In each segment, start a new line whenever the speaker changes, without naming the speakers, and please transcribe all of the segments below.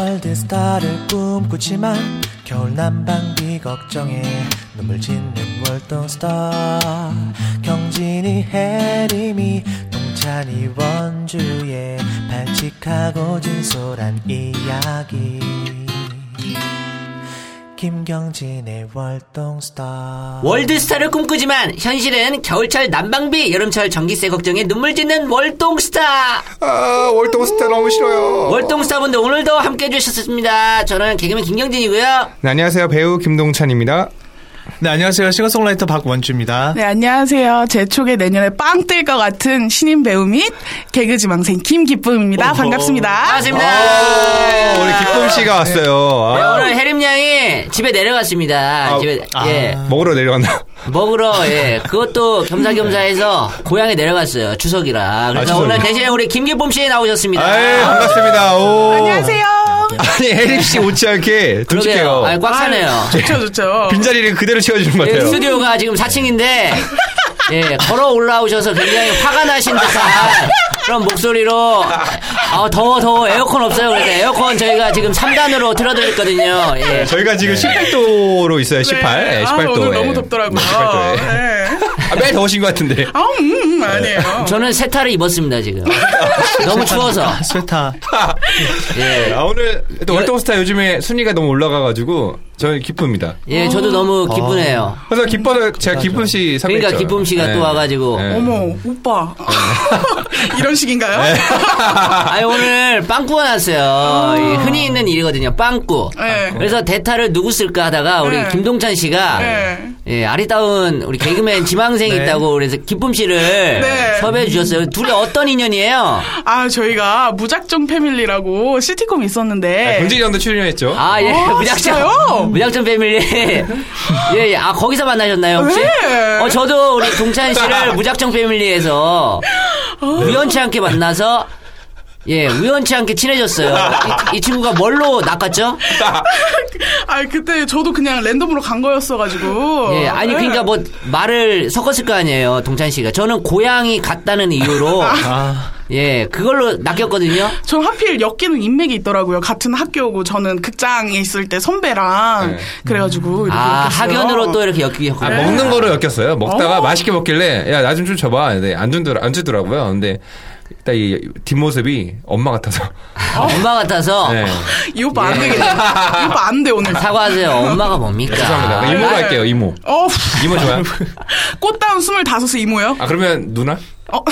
월드스타를 꿈꾸지만 겨울 난방비 걱정에 눈물 짓는 월동스타 경진이 해림이 동찬이 원주의 발칙하고 진솔한 이야기 김경진의 월동스타
월드스타를 꿈꾸지만 현실은 겨울철 난방비, 여름철 전기세 걱정에 눈물 짓는 월동스타.
아, 월동스타 너무 싫어요.
월동스타분들 오늘도 함께 해주셨습니다. 저는 개그맨 김경진이고요.
네, 안녕하세요. 배우 김동찬입니다.
네, 안녕하세요. 싱어송라이터 박원주입니다.
네, 안녕하세요. 제 촉에 내년에 빵 뜰 것 같은 신인 배우 및 개그지망생 김기쁨입니다. 반갑습니다.
반갑습니다.
아, 어, 우리 기쁨 씨가 왔어요.
네,
아,
오늘 혜림 양이 집에 내려갔습니다.
아,
집에
아.
예
먹으러 내려갔나?
먹으러 예 그것도 겸사겸사해서 고향에 내려갔어요 추석이라 그래서
네. 아, 추석이요?
오늘 대신에 우리 김기범 씨 나오셨습니다.
아이, 반갑습니다. 오.
안녕하세요.
아니, 혜림 씨 못지 않게
그러게요.
듬직해요.
아이, 꽉 차네요.
좋죠, 좋죠.
빈자리를 그대로 채워주는 것
예,
같아요.
스튜디오가 지금 4층인데 예 걸어 올라오셔서 굉장히 화가 나신 듯한 그런 목소리로 아 더워 더워 에어컨 없어요. 그래서 에어컨 저희가 지금 3단으로 틀어드렸거든요. 예.
네, 저희가 지금
네.
18도로 있어요. 18. 네,
아,
18도.
오늘
예.
너무 덥더라고요.
18도, 예.
네.
아, 매일 더우신 것 같은데.
아, 음, 음, 아니에요.
저는 세타를 입었습니다 지금 너무 추워서
스웨터.
예.
아, 오늘 또 월동스타 요즘에 순위가 너무 올라가가지고 저는 기쁩니다.
예, 저도 너무 기쁘네요.
그래서 기뻐서 제가 기쁨 씨 상대했죠.
그러니까 기쁨 씨가
네.
또 와가지고.
어머, 오빠. 이런 식인가요?
아, 오늘 빵꾸가 났어요. 이 흔히 있는 일이거든요. 빵꾸.
아. 네.
그래서 대타를 누구 쓸까 하다가 우리
네.
김동찬 씨가
네.
예, 아리따운 우리 개그맨 지망생이 있다고 그래서 기쁨 씨를
네.
섭외해 주셨어요. 둘이 어떤 인연이에요?
아, 저희가 무작정 패밀리라고 시티콤이 있었는데.
네. 경진이 형도 출연했죠.
아, 예.
아, 진짜요?
무작정. 무작정 패밀리. 예, 예. 아, 거기서 만나셨나요, 혹시?
네.
어, 저도 우리 동찬 씨를 무작정 패밀리에서
어.
우연치 않게 만나서 예, 우연치 않게 친해졌어요. 이, 이 친구가 뭘로 낚았죠?
아, 그때 저도 그냥 랜덤으로 간 거였어가지고. 네.
예, 아니, 그러니까 뭐, 말을 섞었을 거 아니에요, 동찬 씨가. 저는 고향이 같다는 이유로,
아.
예, 그걸로 낚였거든요. 아,
저 하필 엮이는 인맥이 있더라고요. 같은 학교고 저는 극장에 있을 때 선배랑
네.
그래가지고 이렇게
아,
엮였어요.
학연으로 또 이렇게 엮이고.
아, 먹는 거로 엮였어요. 먹다가
어.
맛있게 먹길래 야 나 좀 좀 줘봐. 근데 안 주더라 안 주더라고요. 근데 일단 이 뒷모습이 엄마 같아서
엄마 같아서.
네.
이 오빠 안 되겠네. 이 오빠 안 돼 오늘.
예. 사과하세요. 엄마가 뭡니까?
죄송합니다. 그 이모로
아,
네.
할게요. 이모.
어,
이모 좋아요.
꽃다운 스물다섯의 이모요?
아 그러면 누나?
어,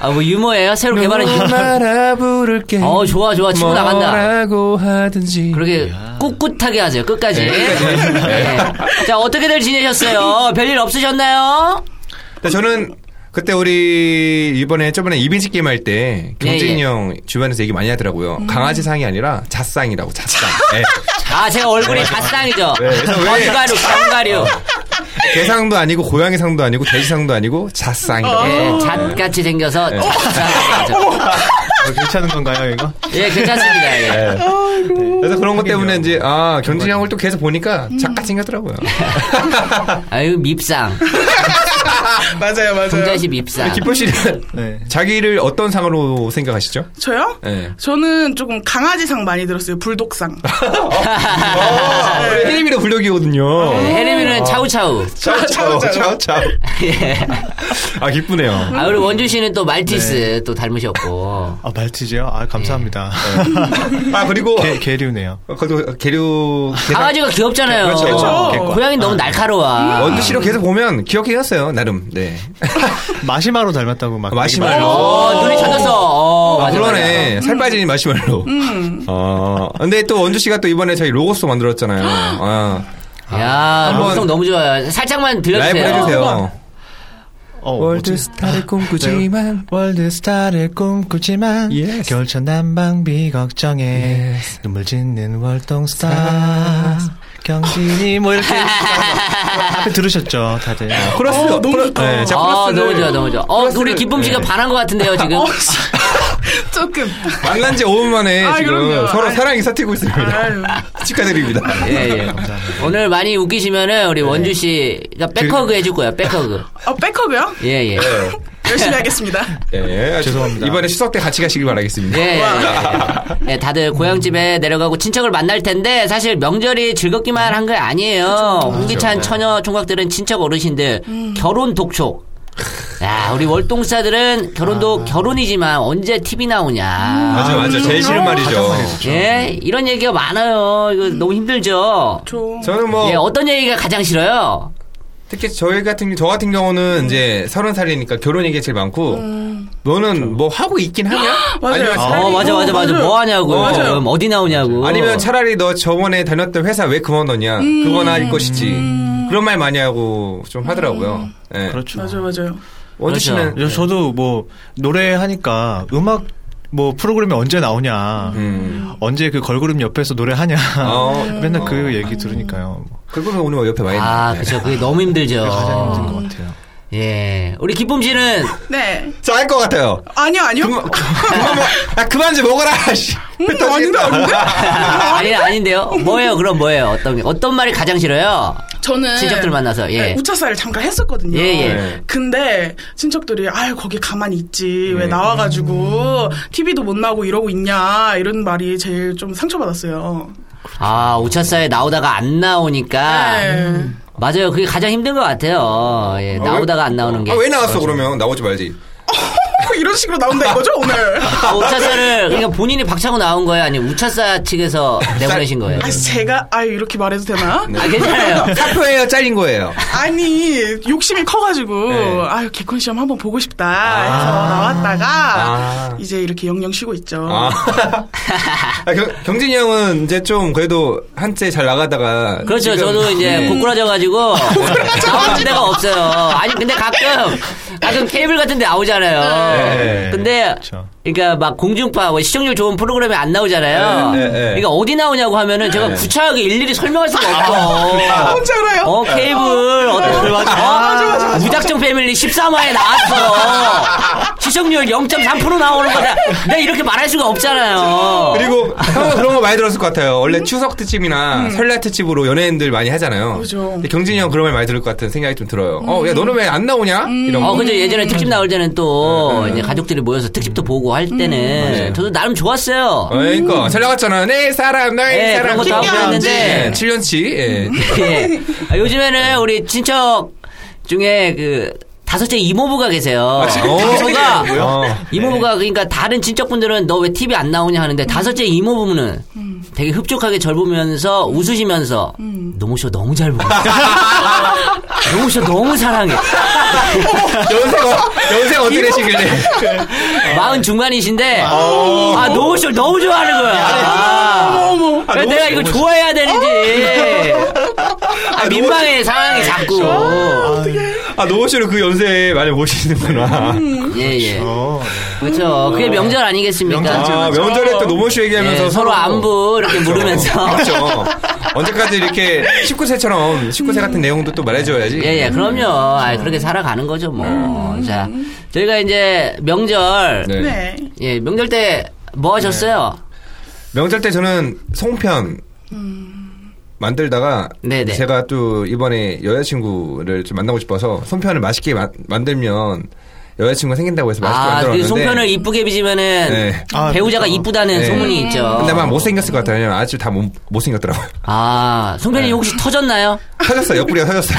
아, 뭐 유머예요? 새로 개발한
그
음.
유머.
누나라 부를게.
어, 좋아, 좋아.
뭐.
치고 나간다.
뭐라고 하든지.
그렇게 꿋꿋하게 하세요. 끝까지. 네. 자, 어떻게들 지내셨어요? 별일 없으셨나요?
근데 저는 그때 우리 이번에 저번에 이빈식 게임 할 때 경진이
예, 예.
형 주변에서 얘기 많이 하더라고요. 강아지 상이 아니라 잣상이라고 잣상. 예.
아, 제가 얼굴이 갓상이죠.
네, 그래서 왜-
견가류, 견가류.
개상도 아니고 고양이 상도 아니고 돼지 상도 아니고 예. 잣상이라고. 해서
예, 잣같이 생겨서. 잣상이죠.
어, 괜찮은 건가요, 이거?
예, 괜찮습니다. 예.
그래서 그런
음.
것 때문에 이제 아 경진이 형을 또 계속 보니까 작가 생겼더라고요.
아유, 밉상.
맞아요, 맞아요.
동자씨 밉상.
기쁨 씨는
네.
자기를 어떤 상으로 생각하시죠?
저요?
예.
저는 조금 강아지상 많이 들었어요. 불독상.
아. 어.
어. 아, 우리 혜림이가 불력이거든요.
혜림이는 아. 네, 차우차우.
차오 차오 차오 차오.
예.
아 기쁘네요.
아, 우리 원준 씨는 또 말티스
네.
또 닮으셨고.
어,
아, 말티즈요? 아, 감사합니다.
아 그리고
개, 개류네요.
어, 그래도 계류
강아지가 귀엽잖아요. 어,
그렇죠. 아,
그렇죠.
고양이 너무 날카로워.
네. 원두 씨로 계속 보면 귀엽긴 했어요 나름. 네.
마시마로 닮았다고 막.
어,
마시멜로.
눈이 찾았어. 어,
아,
맞아, 맞아.
그러네. 살 빠진 마시멜로.
음.
어. 근데 또 원주 씨가 또 이번에 저희 로고송 만들었잖아요. 아,
야,
한번-
방송 너무 좋아요. 살짝만 들려주세요.
라이브 해주세요.
어, 뭐지?
꿈꾸지만
월드스타를 꿈꾸지만
Yes.
겨울철 난방비 걱정에 눈물 짓는 월동스타 경진이 뭐 이렇게 앞에 들으셨죠 다들
코러스 너무 좋다. 네, 제가
아,
코러스를 네. 어,
너무 좋아, 너무 좋아. 어, 우리 기쁨 씨가 반한 것 같은데요, 지금.
조금.
만난 지 5분 만에
아이,
지금
그럼요.
서로
아이.
사랑이 사티고 있습니다.
아유.
축하드립니다.
예, 예. 오늘 많이 웃기시면은 우리 원주 씨가 백허그 해줄 거예요, 백허그.
어, 백허그요?
예, 예.
열심히 하겠습니다.
예,
죄송합니다.
이번에 추석 때 같이 가시길 바라겠습니다.
예, 예, 예. 예, 다들 고향집에 내려가고 친척을 만날 텐데 사실 명절이 즐겁기만 한 거 아니에요. 홍기찬 처녀 총각들은 친척 어르신들 결혼 독촉. 야, 우리 월동사들은 결혼도 결혼이지만 언제 TV 나오냐.
맞아, 맞아. 제일 싫은 말이죠.
예, 이런 얘기가 많아요. 이거 너무 힘들죠.
좀
저는 뭐
예, 어떤 얘기가 가장 싫어요?
특히 저희 같은 저 같은
음.
경우는 이제 서른 살이니까 결혼 얘기가 제일 많고 너는 뭐 하고 있긴 하냐?
그렇죠. 맞아요.
아니면
아,
어,
이거
맞아, 맞아, 맞아.
맞아요.
뭐 하냐고.
맞아요.
지금 어디 나오냐고.
아니면 차라리 너 저번에 다녔던 회사 왜 그만뒀냐?
음.
그거나 할 것이지. 그런 말 많이 하고 좀 하더라고요.
음.
예.
그렇죠.
맞아요, 맞아요.
원주 씨는
그래서 저도 뭐 노래 하니까 음악 뭐 프로그램이 언제 나오냐,
음.
언제 그 걸그룹 옆에서 노래하냐,
어.
맨날
어.
그 얘기 들으니까요. 뭐
그거는 오늘 옆에 많이
아,
있는데.
그쵸. 그게 너무 힘들죠.
가장 힘든
어.
것 같아요.
예. 우리 기쁨 씨는
네.
저알 것 같아요.
아니요, 아니요.
그만, 그만, 먹- 아, 그만 좀 먹어라. 씨.
음, 아닌데, 아닌데?
아니 아닌데요. 뭐예요? 그럼 뭐예요? 어떤 게- 어떤 말이 가장 싫어요?
저는
친척들 만나서, 예.
네, 우차사를 잠깐 했었거든요.
예, 예.
네.
근데 친척들이 아유 거기 가만히 있지
네.
왜
음.
나와가지고 TV도 못 나오고 이러고 있냐 이런 말이 제일 좀 상처받았어요.
아 우차사에 나오다가 안 나오니까
네.
맞아요. 그게 가장 힘든 것 같아요. 예,
아,
나오다가
왜-
안 나오는 게.
아, 왜 나왔어 그러면 나오지 말지.
어, 이런 식으로 나온다 이거죠 오늘.
아, 우차사를 그러니까 본인이 박차고 나온 거예요? 아니면 우차사 측에서 내보내신 거예요?
아 제가 아유 이렇게 말해도 되나?
아 괜찮아요.
사표예요, 잘린 거예요.
아니 욕심이 커가지고
네.
아유 개콘 시험 한번 보고 싶다
아.
해서 나왔다가
아.
이제 이렇게 영영 쉬고 있죠.
아. 아, 경, 경진이 형은 이제 좀 그래도 한때 잘 나가다가
그렇죠.
지금-
저도 이제
네.
고꾸라져가지고 나오는 데가 없어요. 아니 근데 가끔 가끔 케이블 같은데 나오잖아요.
네.
근데
그렇죠.
그러니까 막 공중파 뭐 시청률 좋은 프로그램이 안 나오잖아요.
네, 네, 네.
그러니까 어디 나오냐고 하면은 제가
네. 아,
구차하게 일일이 설명할 수가 없어.
혼자 알아요.
어 케이블 어떤 어? 무작정 패밀리 13화에 나왔어. 시청률 0.3% 나오는 거다. 내가 이렇게 말할 수가 없잖아요.
그리고 형은 그런 거 많이 들었을 것 같아요. 원래 추석 특집이나 설날 특집으로 연예인들 많이 하잖아요.
음. 그죠. 음.
근데 경진이 형 그런 말 많이 들을 것 같은 생각이 좀 들어요. 어, 야 너는 왜 안 나오냐? 이런 거.
어, 그죠. 예전에 특집 나올 때는 또, 이제 가족들이 모여서 특집도 보고 할 때는, 저도 나름 음. 좋았어요.
어,
음.
그러니까 잘 나갔잖아. 내 사람, 나의
예,
사람.
그런 것도 하고
김경진.
그랬는데.
7년치. 예.
예. 아, 요즘에는 우리 친척 중에 그, 다섯째 이모부가 계세요.
어,
아, 이모부가,
어.
이모부가 그러니까 다른 친척분들은 너 왜 TV 안 나오냐 하는데 다섯째 이모부는 되게 흡족하게 절 보면서 웃으시면서 노모쇼 너무 잘 보고 있어. 노모쇼 너무 사랑해.
연세가 연세가 어떻게 되시길래?
마흔 중반이신데 아 노모쇼 너무 좋아하는 거야. 아,
어머.
그래서 내가 이거 좋아해야 되는지 아, 민망해 상황이 자꾸
아 노호씨를 그 연세에 많이 모시는구나.
음,
예예
어,
그렇죠 그게 명절 아니겠습니까?
아
그렇죠.
명절에 또 노모씨 얘기하면서
예, 서로 안부 이렇게 물으면서
그렇죠. 언제까지 이렇게 19세처럼 19세 같은 내용도 또 말해줘야지.
음. 예, 예, 그럼요. 아, 그렇게 살아가는 거죠, 뭐. 자, 저희가 이제 명절,
네.
네.
예, 명절 때 뭐 하셨어요?
명절 때 저는 송편 만들다가
네네.
제가 또 이번에 여자친구를 좀 만나고 싶어서 송편을 맛있게 마- 만들면 여자친구가 생긴다고 해서 맛있게
아, 그
만들었는데
송편을 이쁘게 빚으면은
네.
아,
배우자가
그렇죠.
이쁘다는
네.
소문이 있죠.
근데 막 못생겼을 것 같아요. 왜냐면 아직 다 못, 못생겼더라고요.
아, 송편이 혹시 터졌나요?
터졌어요. 옆구리가 터졌어요.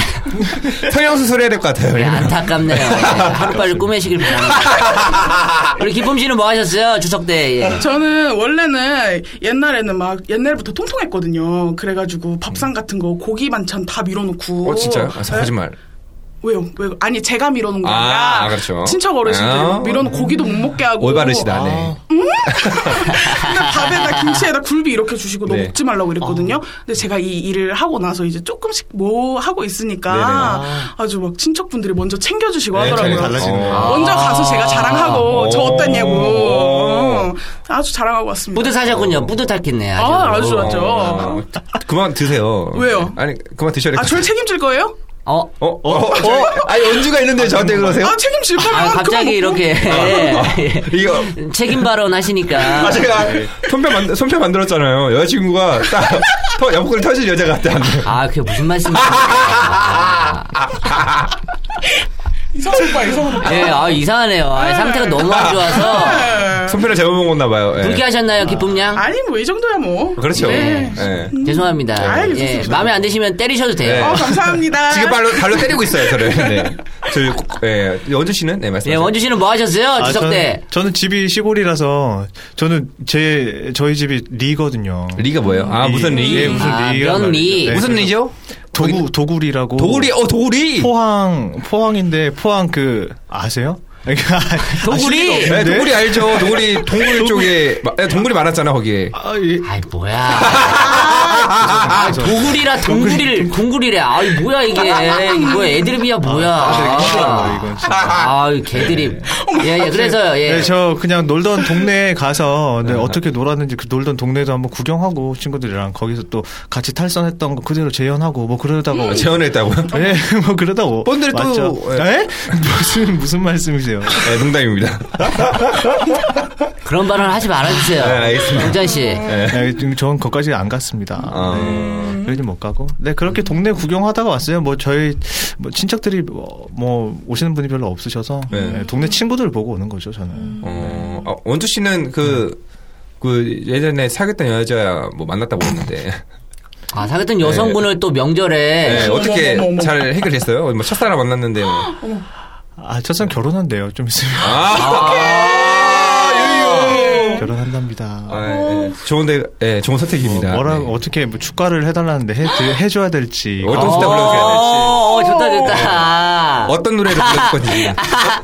성형수술 해야 될 것 같아요.
네,
왜냐면.
안타깝네요. 네, 하루빨리 꾸며시길 바랍니다. 우리 기쁨 씨는 뭐 하셨어요? 추석 때. 예.
저는 원래는 옛날에는 막 옛날부터 통통했거든요. 그래가지고 밥상 같은 거 고기 반찬 다 밀어놓고.
어, 진짜요? 아, 저
네?
거짓말.
왜요? 왜 아니 제가 밀어놓은 게
아,
아니라
아, 그렇죠.
친척 어르신들
아.
밀어놓은 고기도 못 먹게 하고
올바르시다, 네.
근데 밥에다 김치에다 굴비 이렇게 주시고 너
네.
먹지 말라고 이랬거든요. 근데 제가 이 일을 하고 나서 이제 조금씩 뭐 하고
네네.
있으니까 아주 막 친척분들이 먼저 챙겨주시고
아,
네,
하더라고요.
잘 달라지네요.
어. 먼저 가서 제가 자랑하고
아.
저 어땠냐고
오.
어, 아주 자랑하고 왔습니다.
뿌듯하셨군요. 뿌듯했겠네. 아주.
아, 아주
어,
좋았죠.
어, 그만 드세요.
왜요?
아니, 그만 드셔야 될
아,
것 같아요.
저를 책임질 거예요?
어?
어? 어? 어? 아니, 연주가 있는데 저한테 그러세요? 아,
아, 책임질 거면
아, 갑자기
그만 먹고.
이렇게. 예.
이거
책임 발언 하시니까.
아, 제가 손편 만 손편 만들었잖아요. 여자친구가 딱 터, 옆구리 터진 여자 같다.
아, 그게 무슨 말씀이세요? 아,
이 이성훈 오빠, 이성훈 오빠.
예, 아 이상하네요. 아, 상태가 너무 안 좋아서
손편을 잘못 먹었나 봐요. 예.
불쾌하셨나요, 기쁨양?
네. 아니, 뭐, 이 정도야, 뭐.
그렇죠.
네.
예.
죄송합니다.
아이, 무슨
예,
소리야.
마음에 안 드시면 때리셔도 돼요.
어, 감사합니다.
지금 발로 발로 때리고 있어요 저를. 네. 저 꼭- 예. 원주 씨는 네 말씀.
예, 원주 씨는 뭐 하셨어요? 추석 때.
아, 저는, 저는 집이 시골이라서 저는 제 저희 집이 리거든요.
리가 뭐예요? 아
리.
무슨 리? 예,
예, 무슨
아,
리가
면 리.
말이죠. 네,
무슨
그래서
리죠?
도구 도구리라고.
도구리. 어 도구리.
포항 포항인데 포항 그 아세요?
도구리!
아실 리가
네,
없는데?
도구리 알죠. 도구리 동굴 쪽에 마- 예, 동굴이 많았잖아 거기에.
아, 예.
아이 뭐야. 아, 도구리라 동구리를 동구리래. 아이 뭐야 이게. 이거 애드립이야 뭐야.
아, 되게
아,
싫어요, 이건 진짜.
아, 이 개드립. 예, 예. 그래서 예.
네, 저 그냥 놀던 동네에 가서
아.
네, 어떻게 놀았는지 그 놀던 동네도 한번 구경하고 친구들이랑 거기서 또 같이 탈선했던 거 그대로 재현하고 뭐 그러다가
아, 재혼했다고요?
네, 뭐 그러다 오.
본드를 또-
맞죠?
예.
에? 무슨 무슨 말씀이세요?
네, 농담입니다.
그런 발언 하지 말아 주세요.
네, 알겠습니다.
전 씨.
예.
네, 지금 저는 거기까지 안 갔습니다.
어.
네, 여기 못 가고. 네, 그렇게 동네 구경하다가 왔어요. 뭐 저희 뭐 친척들이 뭐, 뭐 오시는 분이 별로 없으셔서
네.
네, 동네 친구들 보고 오는 거죠, 저는.
어, 아, 원주 씨는 그, 그 예전에 사귀었던 여자 뭐 만났다고 했는데
아, 사귀었던 여성분을 또 명절에
네, 어떻게
어머, 어머, 어머.
잘 해결했어요? 뭐 첫사람 만났는데 뭐.
아, 첫상 결혼한대요. 좀 있으면
아, 유유.
결혼한답니다.
아, 예, 좋은데, 예, 좋은 선택입니다.
뭐, 뭐라
네.
어떻게 뭐 축가를 해달라는데 해, 줘야 될지
어떤
어,
스타일 불러줘야
어, 어,
될지.
좋다 좋다.
어떤 노래를 불러줄 건지.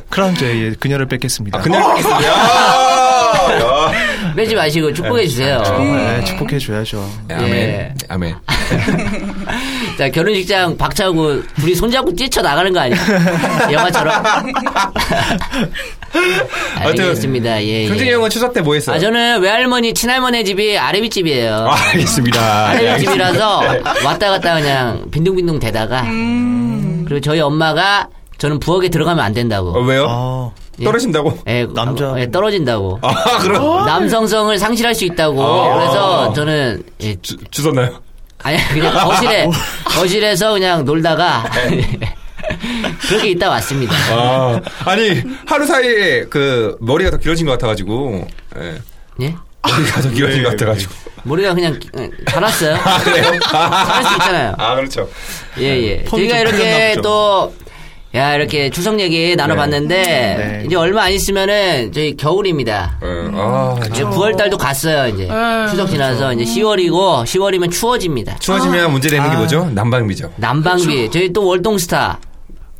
크라운 제이의 아, 그녀를 뺏겠습니다. 어,
아, 그냥 하겠습니다. 야, 야.
어. 빼지 마시고 축복해 주세요.
정말 네, 축복해 줘야죠.
예, 아멘.
예.
아멘.
자, 결혼식장 박차고 둘이 손잡고 뛰쳐 나가는 거 아니야? 영화처럼. 알겠습니다. 예. 예.
현진이 형은 추석 때 뭐 했어요?
아, 저는 외할머니, 친할머니 집이 아래비 집이에요.
아, 알겠습니다.
아래비
예,
집이라서 왔다 갔다 그냥 빈둥빈둥 대다가 그리고 저희 엄마가 저는 부엌에 들어가면 안
어,
된다고.
왜요?
아,
떨어진다고?
예,
남자-
예, 떨어진다고.
아, 그럼.
남성성을 상실할 수 있다고.
아.
그래서 저는 예,
주, 주셨나요?
아니 그냥 거실에
아.
거실에서 그냥 놀다가 그렇게 있다 왔습니다.
네. 아, 아니, 하루 사이에 그 머리가 더 길어진 것 같아가지고. 예.
예?
머리가 더 길어진 것 같아가지고.
머리가 그냥 응, 자랐어요.
아, 그래요?
자랄 수 있잖아요.
아, 그렇죠.
예 예.
폼이
저희가
아, 좀
이렇게
풀렸나 보죠.
또. 야 이렇게 추석 얘기 나눠봤는데
네.
이제 얼마 안 있으면은 저희 겨울입니다.
예, 아,
이제 9월 달도 갔어요 이제 추석 지나서 이제 10월이고 10월이면 추워집니다.
추워지면 문제되는
아.
게 뭐죠? 난방비죠.
난방비 저희 또 월동스타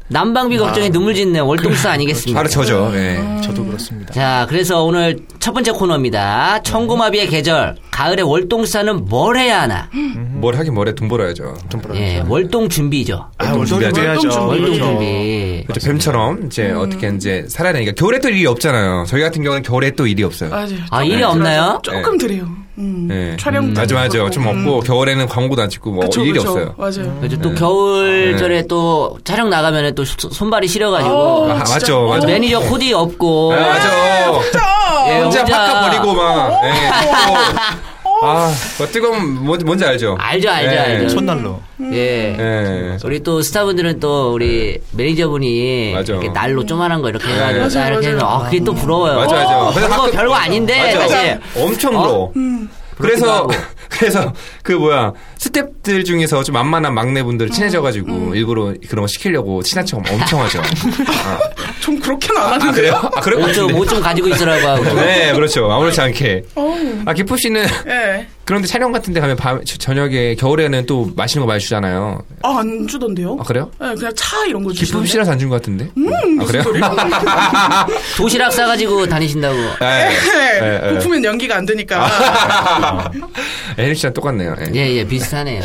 난방비
아.
걱정에 눈물 짓네 월동스타 아니겠습니까?
바로 저죠. 예.
그렇죠. 저도 네. 그렇습니다.
자, 그래서 오늘 첫 번째 코너입니다. 청고마비의 계절, 가을에 월동사는 뭘 해야 하나?
음.
뭘 하긴 뭐래 돈 벌어야죠.
돈 벌어야죠.
예, 월동 준비죠.
아, 월동을
준비하죠.
해야죠.
월동
그렇죠.
준비.
그렇죠. 뱀처럼 이제
음.
어떻게 이제 살아야 되니까 겨울에 또 일이 없잖아요. 저희 같은 경우는 겨울에 또 일이 없어요.
맞아요. 네.
아,
조금
일이
들어요.
없나요?
조금 드려요. 음.
예.
촬영
음, 맞아 맞아 좀 없고 겨울에는 광고도 안 찍고 뭐
그쵸,
일이
그쵸.
없어요. 음.
맞아요.
그렇죠.
네.
또 겨울절에 또 촬영 나가면 또 소- 손발이
아,
시려가지고
어, 진짜.
맞죠 맞아.
매니저 코디 없고
아, 맞아.
예,
혼자 팍팍 버리고 막.
어.
예. 또. 아, 뭐 뜨거운 뭔- 뭔지 알죠?
알죠, 알죠,
예.
알죠.
촌난로.
예.
예.
우리 또 스타분들은 또 우리 매니저분이
네. 맞아. 네.
이렇게 날로 조만한 거 이렇게 해가지고
맞아요,
딱 이렇게
맞아요.
해서 아 그게 또 부러워요. 어,
맞아 맞아. 그래서
그거
가끔-
별거 아닌데
맞아.
사실
엄청
네, 어?
부러워.
그렇기도
그래서
하고.
그래서 그 뭐야 스탭들 중에서 좀 만만한
음.
막내분들 친해져가지고 일부러 그런 거 시키려고 친한 척 엄청 하죠. 아,
좀 그렇게는 안
아,
하는데.
그래요? 아 그럴 것
옷좀
같은데.
옷 좀 가지고 있으라고 하고.
네 그렇죠 아무렇지 않게. 아 기포 씨는
예.
그런데 촬영 같은데 가면 밤 저- 저녁에 겨울에는 또 맛있는 거 많이 주잖아요.
아, 안 주던데요?
아 그래요?
예, 그냥 차 이런 거 주시던데.
기쁨 씨라서 안 준 것 같은데.
음,
아 그래요?
도시락 싸가지고 다니신다고.
예.
예,
예. 아,
고프면 연기가 안 되니까.
에릭 씨랑 똑같네요. 예.
예, 예, 비슷하네요.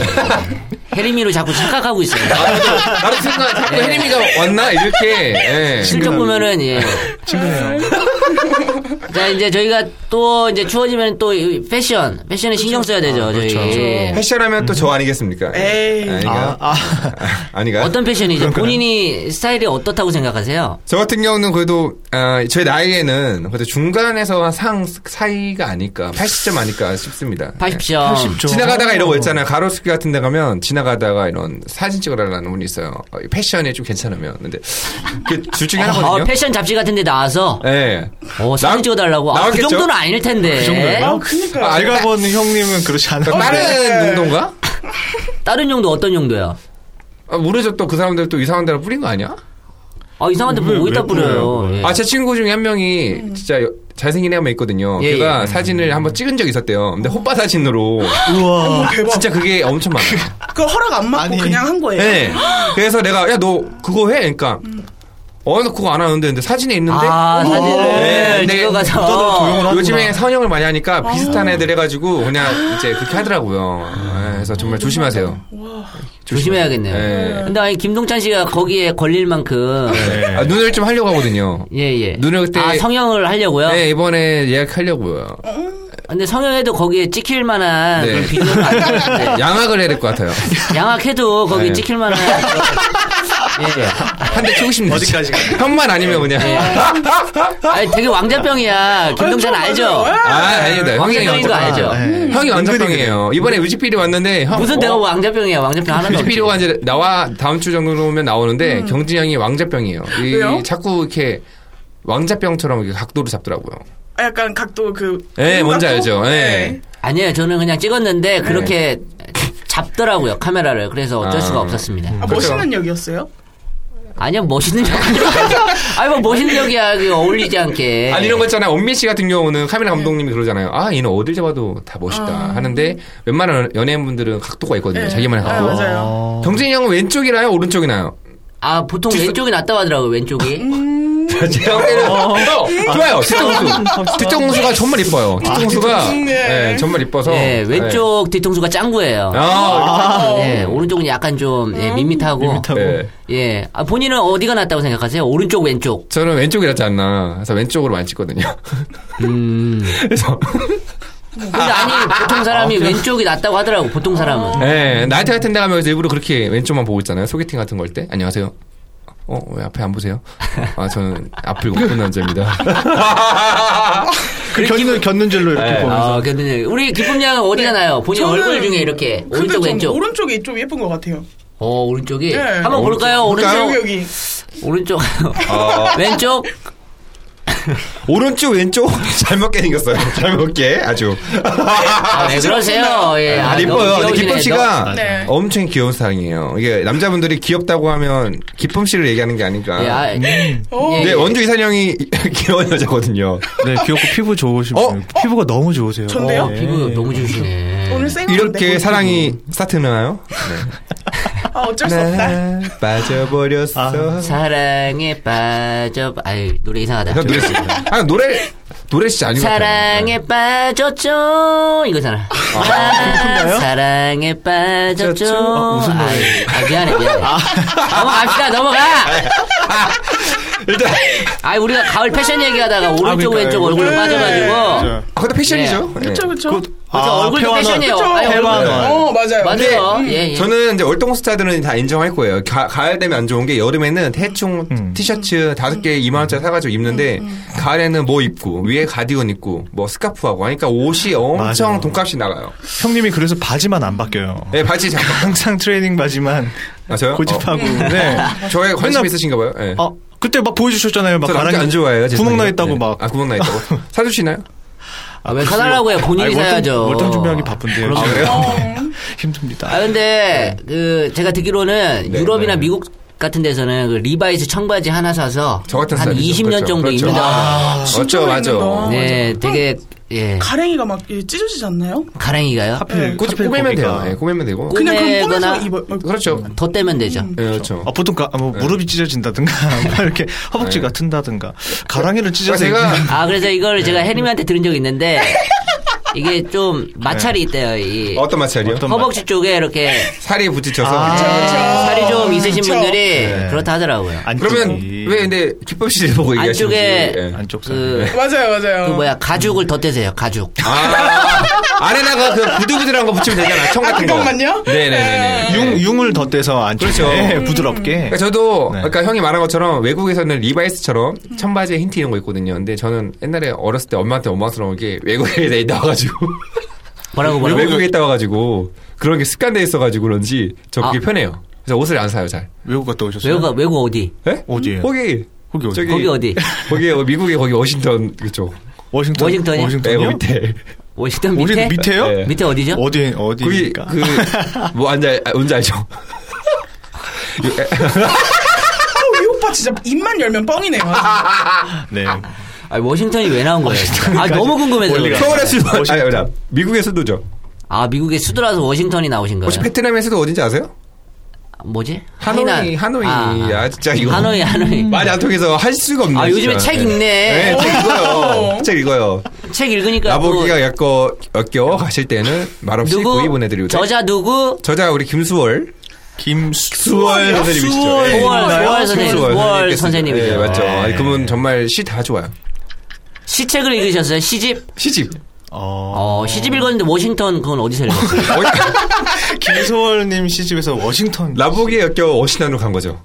해리미로 자꾸 착각하고 있어요.
나도 순간 자꾸 혜림이가 왔나 이렇게. 예.
실적 보면은, 예.
친근해요.
자, 이제 저희가 또 이제 추워지면 또이 패션, 패션에 신경 써야 되죠. 저희. 예.
아, 그렇죠. 패션하면 또 저 아니겠습니까? 예.
에이.
아니가.
아,
아, 니가
어떤 패션이죠? 본인이 스타일이 어떻다고 생각하세요?
저 같은 경우는 그래도 아, 저희 나이에는 그래도 중간에서 상 사이가 아닐까 80점 아닐까 싶습니다.
80점.
예. 지나가다가 이런 거 있잖아요. 가로수길 같은 데 가면 지나가다가 이런 사진 찍으라는 분이 있어요. 어, 패션에 좀 괜찮으면. 근데 그둘 중에 하나거든요.
어, 패션 잡지 같은 데 나와서
예.
어, 사진
나-
찍어달라고. 아, 그
나왔겠죠? 그
정도는 아닐 텐데.
어,
어?
정도요?
그러니까.
아,
제가
아니,
본 형님은 그렇지 않아요.
그러니까
네.
다른 운동가?
다른 용도 어떤 용도요?
아, 모르죠. 또 그 사람들 또 이상한 데로 뿌린 거 아니야?
아, 이상한데
왜,
뭐
왜
어디다 뿌려요?
뿌려요?
예.
아, 제 친구 중에 한 명이
음.
진짜 여- 잘생긴 애 한 명 있거든요.
예,
걔가
예.
사진을 한번 찍은 적이 있었대요. 근데 호빠 사진으로.
우와.
진짜 그게 엄청 많아요.
그 허락 안 맞고
아니.
그냥 한 거예요.
네. 그래서 내가, 야, 너 그거 해? 그러니까,
음.
어, 나 그거 안 하는데. 근데 사진에 있는데?
아,
어머. 네,
사진을
근데
찍어가서.
요즘에 선형을 많이 하니까
아.
비슷한 애들 해가지고 그냥 이제 그렇게 하더라고요. 네, 그래서 정말 조심하세요.
조심해야겠네요.
예.
근데 아니, 김동찬 씨가 거기에 걸릴 만큼.
아, 눈을 좀 하려고 하거든요.
예, 예.
눈을 그때-
아, 성형을 하려고요?
네, 이번에 예약하려고요.
어.
근데 성형해도 거기에 찍힐 만한
네.
그런 비교는 안 돼.
양악을 해야 될 것 같아요.
양악해도 거기
네.
찍힐 만한. 그런- 예.
한 대 치고 싶네요.
어디까지 가요?
형만 아니면 그냥.
예. 아니, 되게 왕자병이야. 김동찬 알죠?
아, 아니다. 네. 형이
왕자병인 거
완전-
알죠?
형이 완전병이에요. 이번에 뮤직비디오 왔는데 형, 어,
무슨 내가 왕자병이야. 왕자병 하나도 없지.
뮤직비디오가 이제 나와 다음 주 정도로 오면 나오는데 경진이 형이 왕자병이에요. 이,
음. 왜요?
자꾸 이렇게 왕자병처럼 이렇게 각도를 잡더라고요.
아, 약간 각도 그.
예, 뭔지
각도? 네.
알죠. 예.
아니에요. 저는 그냥
네.
찍었는데 그렇게 잡더라고요. 카메라를. 그래서 어쩔
아.
수가 없었습니다.
아,
그렇죠.
멋있는 역이었어요?
아니요. 멋있는 역. 아니 뭐 멋있는 역이야. 그 어울리지 않게.
아니 이런 거 있잖아요. 엄미 씨 같은 경우는 카메라 감독님이
네.
그러잖아요. 아 얘는 어딜 잡아도 다 멋있다 하는데 웬만한 연예인분들은 각도가 있거든요.
네.
자기만의
아,
각도.
맞아요.
경진이 형은 왼쪽이나요? 오른쪽이나요?
아, 보통 왼쪽이 낫다고 하더라고요. 왼쪽이.
음. 제가 볼 때는
어.
형, 좋아요.
어.
뒤통수. 뒤통수가 정말 이뻐요.
아,
뒤통수가 예, 정말 이뻐서.
예, 왼쪽 뒤통수가 짱구예요.
예. 아,
예, 오른쪽은 약간 좀 예, 밋밋하고.
밋밋하고.
예.
예. 아, 본인은 어디가 낫다고 생각하세요? 오른쪽, 왼쪽.
저는 왼쪽이 낫지 않나. 그래서 왼쪽으로 많이 찍거든요. 음. 그래서
근데 아니, 보통 사람이 왼쪽이 낫다고 하더라고, 보통 사람은.
예, 나이트 같은 데 가면 그래서 일부러 그렇게 왼쪽만 보고 있잖아요. 소개팅 같은 걸 때. 안녕하세요. 어, 왜 앞에 안 보세요? 아, 저는 앞을 못 본 남자입니다.
그 겪는, 겪는 줄로 이렇게
네.
보면서.
아, 근데 우리 기쁨 양은 어디가 나요? 본인
저는-
얼굴 중에 이렇게
근데
오른쪽
좀
왼쪽.
오른쪽이 좀 예쁜 것 같아요.
어, 오른쪽이.
예.
한번 볼까요?
볼까요? 어.
여기
오른쪽. 오른쪽.
여기.
왼쪽.
오른쪽, 왼쪽? 잘 먹게 생겼어요. 잘 먹게. 아주.
아, 왜 그러세요? 예.
아,
너무
이뻐요. 근데
귀여우시네.
기쁨 씨가
너-
네.
엄청 귀여운 사랑이에요. 이게 남자분들이 귀엽다고 하면 기쁨 씨를 얘기하는 게 아닌가.
너- 예, 아,
오.
예,
근데
예.
원주 이사령이 귀여운 여자거든요.
네, 귀엽고 피부 좋으신
어?
분. 피부가 너무 좋으세요.
좋네요?
어, 피부 너무 좋으시네.
오늘 쌩얼인데.
이렇게 사랑이 스타트나요?
아, 어쩔 수 없다.
네.
나 빠져버렸어.
아,
사랑에 빠져 아유 노래 이상하다.
형 노래 씨. 아 노래 노래 진짜 아닌 것 같아요.
사랑에 빠졌죠 이거잖아. 아, 사랑에 빠졌죠.
아, 무슨 노래?
아유, 아, 미안해 미안해. 넘어갑시다 넘어가.
네. 일단
아 우리가 가을 패션 얘기하다가 오른쪽
그러니까요.
왼쪽 얼굴로
네.
빠져가지고.
맞아요.
아, 근데 패션이죠. 예.
그쵸, 그쵸.
그래서 어, 얼굴도
아, 폐완원.
패션이에요.
그쵸.
아니, 얼굴도-
폐완원.
어, 맞아요.
네. 맞아요.
근데
예, 예.
저는 이제 월동 스타들은 다 인정할 거예요. 가, 가을 되면 안 좋은 게 여름에는 대충
음.
티셔츠 다섯 개 2만 원짜리 사가지고 입는데 가을에는 뭐 입고 위에 가디건 입고 뭐 스카프하고 하니까 옷이 엄청
맞아요.
돈값이 나가요.
형님이 그래서 바지만 안 바뀌어요.
예, 바지 잠깐.
항상 트레이닝 바지만
아, 저요?
고집하고. 네.
어. 저에 관심
맨날-
있으신가 봐요. 예.
어, 그때 막 보여주셨잖아요. 막
저 남자
바람이
안 좋아해요. 죄송해요.
구멍 나 있다고
예.
막.
아, 구멍 나 있다고. 사주시나요?
아, 왜 사달라고 해요? 본인이
아니, 월동-
사야죠.
월동 준비하기 바쁜데요.
아,
지금.
음.
그래요?
어,
힘듭니다.
아 근데 그 제가 듣기로는
네,
유럽이나
네.
미국 같은 데서는 그 리바이스 청바지 하나 사서
저 같은
한
스타일이죠.
20년
그렇죠.
정도
그렇죠.
입는다.
아, 맞죠,
진짜로
맞죠.
입는다.
네, 되게 예
가랭이가 막 이렇게 찢어지지 않나요?
가랭이가요?
음, 하필
꼬-
하필
꼬매면 네, 돼요.
거기가.
예, 꼬매면 되고.
그냥 그럼
꼬매거나-
뽀매서 입어.
그렇죠.
더 떼면 되죠.
예, 그렇죠.
아, 보통 가, 뭐 무릎이 찢어진다든가 막 이렇게 허벅지가 튼다든가 가랑이를 찢어서
네. 그러니까 제가
아 그래서 이걸 제가 해림이한테 들은 적이 있는데 이게 좀 마찰이 있대요. 이
어떤 마찰이요?
어떤-
허벅지 쪽에 이렇게
살이 부딪혀서.
아.
네,
그쵸, 그쵸.
살이 좀 있으신
그쵸.
분들이
네.
그렇다 하더라고요.
그러면
안쪽이.
왜 근데 기법 씨를 보고 얘기하시는지.
안쪽에
예.
안쪽 살.
그,
맞아요,
그
맞아요.
뭐야 가죽을 덧대세요. 가죽.
아, 아레나가 그 부들부들한 거 붙이면 되잖아. 청 같은 거.
그것만요?
네네네네.
융, 융을 덧대서 안쪽에
그렇죠.
예, 부드럽게.
그러니까 저도
네.
아까 형이 말한 것처럼 외국에서는 리바이스처럼 청바지에 힌트 이런 거 있거든요. 근데 저는 옛날에 어렸을 때 엄마한테 원망스러운 게 외국에 있다 와가지고
뭐라고 뭐라고.
외국에 있다 와가지고 그런 게 습관돼 있어가지고 그런지 저 그게
아.
편해요. 그래서 옷을 안 사요 잘.
외국 갔다 오셨어요?
외국 외국 어디?
예?
어디예요?
거기
거기 어디?
저기-
거기 어디?
거기 어, 미국의 거기 워싱턴 그쪽.
워싱턴.
워싱턴이요?
네,
워싱턴이요?
거기 밑에.
워싱턴 밑에?
워싱턴 밑에요?
네.
밑에 어디죠?
어디
거기
어디니까?
그뭐 앉아 뭔지 알죠?
어, 이 오빠 진짜 입만 열면 뻥이네요.
아, 그
네.
아, 워싱턴이 왜 나온 거예요? 진짜? 아 너무 궁금해서.
멀리
그래요.
가요.
서울의 수도 아니,
워싱턴.
아니 미국의 수도죠.
아 미국의 수도라서 워싱턴이 나오신 거예요?
혹시 베트남의 수도 어딘지 아세요?
아, 뭐지?
하노이
하이난.
하노이
아,
아, 진짜 이거
하노이
음.
하노이.
말이 안 통해서 할 수가 없네.
아, 요즘에
진짜.
책 읽네.
네, 책 읽어요. 책 읽어요.
책 읽으니까
나보기가 약거 엮여 가실 때는 말없이
뭐 누구
구이 보내드리고
저자 누구?
저자 우리 김수월
김수월
선생님이시죠.
수월,
예.
수월,
있나요?
수월 선생님, 수월 선생님이죠.
예, 맞죠.
네.
아니, 그분 정말 시 다 좋아요.
시책을 읽으셨어요? 시집?
시집.
어.
어, 시집 읽었는데 워싱턴 그건 어디서 읽었어요?
어, 김수월 님 시집에서 워싱턴
나보기에 엮여 어신한으로 간 거죠.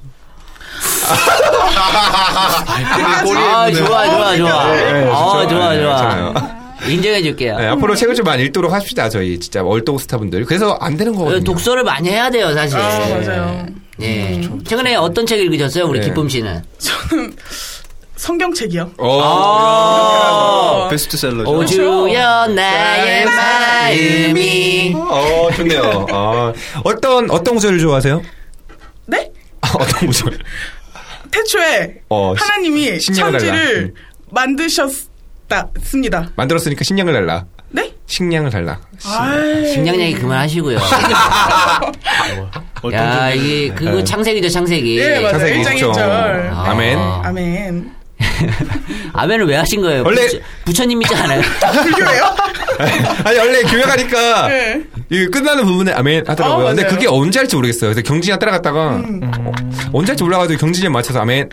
아, 좋아, 좋아, 좋아.
예,
아,
좋죠.
좋아,
예,
좋아.
괜찮아요.
인정해 줄게요. 어,
네, 앞으로 책을 좀 많이 읽도록 합시다, 저희. 진짜 월동 스타분들. 그래서 안 되는 거거든요.
네, 독서를 많이 해야 돼요, 사실.
아, 맞아요.
예. 최근에 어떤 책 읽으셨어요, 우리
네.
기쁨 씨는?
성경책이요.
어.
아.
어,
아, 베스트셀러죠.
오, 주여 나의 마음이.
어, 좋네요. 어, 어떤, 어떤 구절을 좋아하세요?
네?
아, 어떤 구절?
태초에
어, 시- 음.
하나님이
신명을
천지를 만드셨습니다.
만들었으니까 식량을 달라.
네?
식량을 달라.
아이,
중량 얘기 그만하시고요.
어떤
야,
종류의-
이게 그거 창세기죠, 창세기.
예, 맞아요.
자세히
일장
읽죠.
일절.
아멘.
아.
아멘.
아멘을 왜 하신 거예요?
원래-
부처, 님이잖아요
불교예요?
아니, 원래 교회 가니까.
네.
이 끝나는 부분에 아멘 하더라고요.
어,
근데
맞아요. 음.
그게 언제 할지 모르겠어요. 그래서 경진이랑 따라갔다가 어, 언제 할지 몰라가지고 경진이에 맞춰서 아멘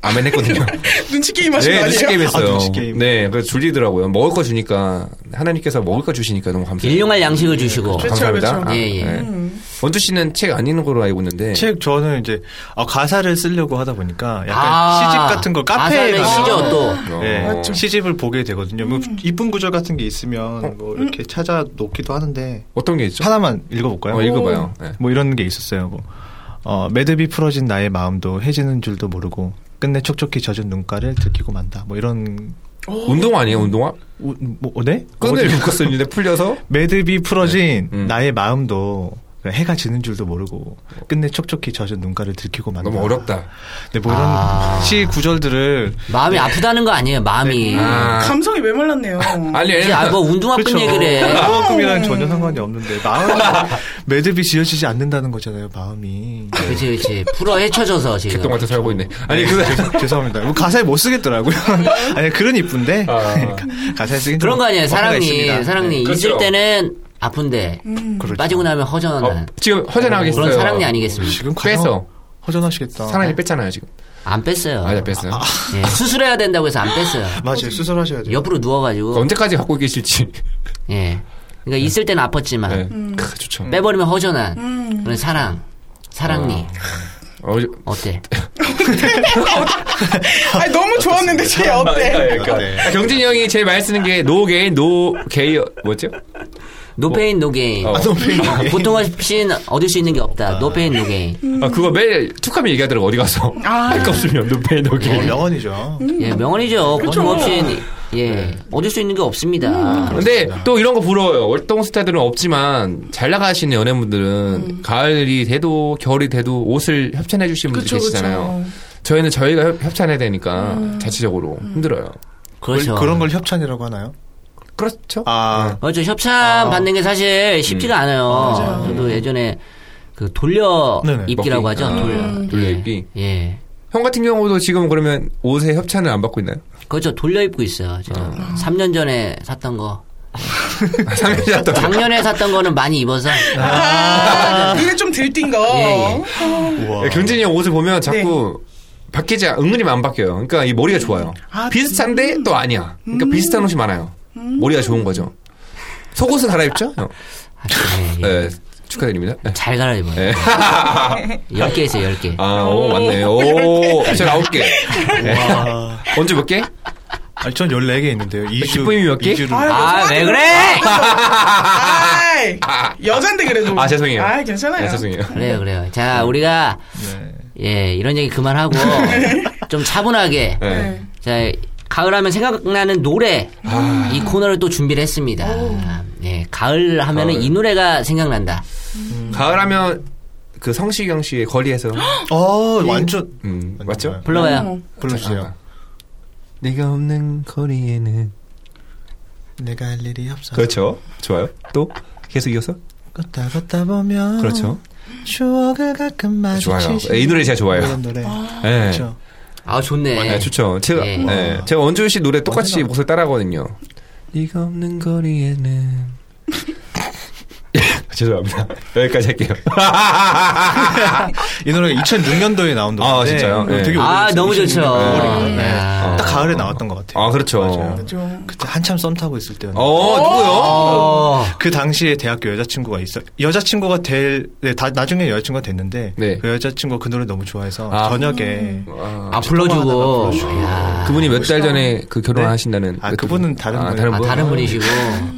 아멘 했거든요.
눈치 게임 하신
네,
거
눈치 게임
아니에요?
했어요.
아, 눈치 게임.
네, 그래서 줄리더라고요. 먹을 거 주니까 하나님께서 먹을 거 주시니까 너무 감사해요.
일용할 양식을 주시고.
그렇죠.
감사합니다.
그렇죠.
아,
예, 예.
네. 원투 씨는 책 안 읽는 걸로 알고 있는데
책 저는 이제 아, 가사를 쓰려고 하다 보니까 약간
아,
시집 같은 걸 카페에
가사를
가서
시죠, 또.
어,
네, 시집을 보게 되거든요. 뭐 이쁜 구절 같은 게 있으면 뭐 이렇게 찾아 놓기도 하는데
어떤 게 있죠?
하나만 읽어볼까요?
어, 읽어봐요. 네.
뭐 이런 게 있었어요. 뭐 어, 매듭이 풀어진 나의 마음도 해지는 줄도 모르고 끝내 촉촉히 젖은 눈가를 들키고 만다. 뭐 이런
어, 운동화 아니에요, 운동화?
우, 뭐 어, 네?
끈을
어디-
묶었었는데 풀려서
매듭이 풀어진
네. 음.
나의 마음도 해가 지는 줄도 모르고 끝내 촉촉히 젖은 눈가를 들키고 만다.
너무 어렵다.
네, 뭐 이런
아.
시 구절들을
마음이 아프다는 거 아니에요, 마음이.
아,
감성이 메말랐네요.
아니,
이제 아, 뭐 운동화 뿐 얘기를 해. 음.
그만큼이랑 그렇죠. 전혀 상관이 없는데 마음 매듭이 지어지지 않는다는 거잖아요. 마음이.
그치, 그치. 풀어 헤쳐져서 지금.
개똥같아 살고 네. 있네. 아니, 그
죄- 죄송합니다. 뭐 가사에 못 쓰겠더라고요. 아니 그런 이쁜데 가- 가사에 쓰긴
그런
좀
거 아니에요,
어폐가 있습니다.
사랑니. 사랑니.
네.
있을
그렇죠.
때는 아픈데,
그렇죠.
빠지고 나면
어,
허전한.
지금 허전하게
네. 그런
있어요.
사랑니 아니겠습니까?
지금 가사
뺏어.
허전하시겠다.
사랑니 뺐잖아요, 지금.
안 뺐어요.
맞아, 네, 뺐어요.
예, 수술해야 된다고 해서 안 뺐어요.
네.
맞아요. 수술하셔야 돼요.
옆으로 누워가지고.
언제까지 갖고 계실지.
예. 그러니까 있을 때는 아팠지만,
네. 크, 좋죠.
빼버리면 허전한. 그런 사랑. 사랑니.
어,
어때?
아니, 너무 좋았는데 제 어때?
네.
아, 경진이 형이 제일 많이 쓰는 게 no gain, no gay, 뭐죠?
노페인 노게인.
아,
어.
보통 없인 얻을 수 있는 게 없다. 노페인 노게인.
아, 그거 매일 툭하면 얘기하더라고, 어디 가서.
아.
할 거 없으면 no pain, no
어,
gain.
명언이죠.
예, 명언이죠. 보통 없인 예
네.
얻을 수 있는 게 없습니다.
근데 또 이런 거 부러워요. 월동 스타들은 없지만 잘 나가시는 연예인분들은
음.
가을이 돼도 겨울이 돼도 옷을 협찬해 주시는 분들
그쵸, 음.
계시잖아요.
그쵸.
저희는 저희가 협- 협찬해야 되니까 자체적으로 힘들어요.
그렇죠.
그- 그런 걸 협찬이라고 하나요?
그렇죠.
아,
그렇죠. 협찬 받는 게 사실 쉽지가
음.
않아요. 저도 예전에 그 돌려
네네.
입기라고 하죠.
네. 먹기.
돌려.
아,
음.
돌려 입기.
예. 예.
형 같은 경우도 지금 그러면 옷에 협찬을 안 받고 있나요? 아.
그렇죠. 돌려 입고 있어요. 지금 3년 전에 샀던 거.
3일 잤다.
작년에 샀던 거는 많이 입어서
아.
아, 이게 좀 들뜬 거.
예, 예.
우와.
어. 경진이 형 옷을 보면 자꾸 바뀌지 않- 은근히 안 바뀌어요. 그러니까 이 머리가 좋아요.
네. 아, 음.
비슷한데 또 아니야. 그러니까 비슷한 옷이 많아요. 머리가 좋은 거죠. 속옷은 갈아입죠? 형?
아, 예, 예.
네, 축하드립니다. 네.
잘 갈아입어요.
네.
10개 있어요, 10개.
아, 오, 맞네. 오, 저 아홉 개.
와.
언제 몇 개?
아니, 전 14개 있는데요. 2주.
기쁨이 몇 개?
아유,
아, 왜 그래?
아이, 여잔데 그래도.
아, 죄송해요.
아, 괜찮아요.
네, 죄송해요.
그래요, 그래요. 자, 우리가,
네.
예, 이런 얘기 그만하고, 좀 차분하게,
네.
자, 가을 하면 생각나는 노래,
아.
이 코너를 또 준비를 했습니다. 예, 가을 하면은
가을.
이 노래가 생각난다.
음.
가을 하면 그 성시경 씨의 거리에서.
어, 아, 완전.
음,
아,
맞죠?
불러봐요.
불러주세요.
내가 없는 거리에는.
내가 할 일이 없어.
그렇죠. 좋아요. 또 계속 이어서.
걷다 걷다 보면.
그렇죠.
추억을 가끔
좋아요.
마주치시
예, 이 노래 제가 좋아요.
이런 노래.
예.
그렇죠.
아, 좋네.
네, 좋죠. 제가
예.
네. 제가 원준 씨 노래 똑같이 목소리 따라하거든요. 네가 없는 거리에는 예, 죄송합니다. 여기까지 할게요.
이 노래가 2006년도에 나온 노래.
아, 진짜요? 예.
되게
아,
오래됐어요.
너무 좋죠. 예. 아.
26년
네.
노래가. 네.
야.
딱 가을에 나왔던 것 같아요.
아 그렇죠.
맞아요.
좀.
그때 한참 썸 타고 있을 때였는데.
어 누구요?
어,
그 당시에 대학교 여자친구가 있어 여자친구가 될 네, 다- 나중에 여자친구가 됐는데
네.
그 여자친구가 그 노래 너무 좋아해서
아.
저녁에
아,
아, 불러주고.
불러주고.
야.
그분이 몇 달 전에 그
네.
결혼하신다는.
아, 그분은 다른 분이에요.
아, 다른 분이시고.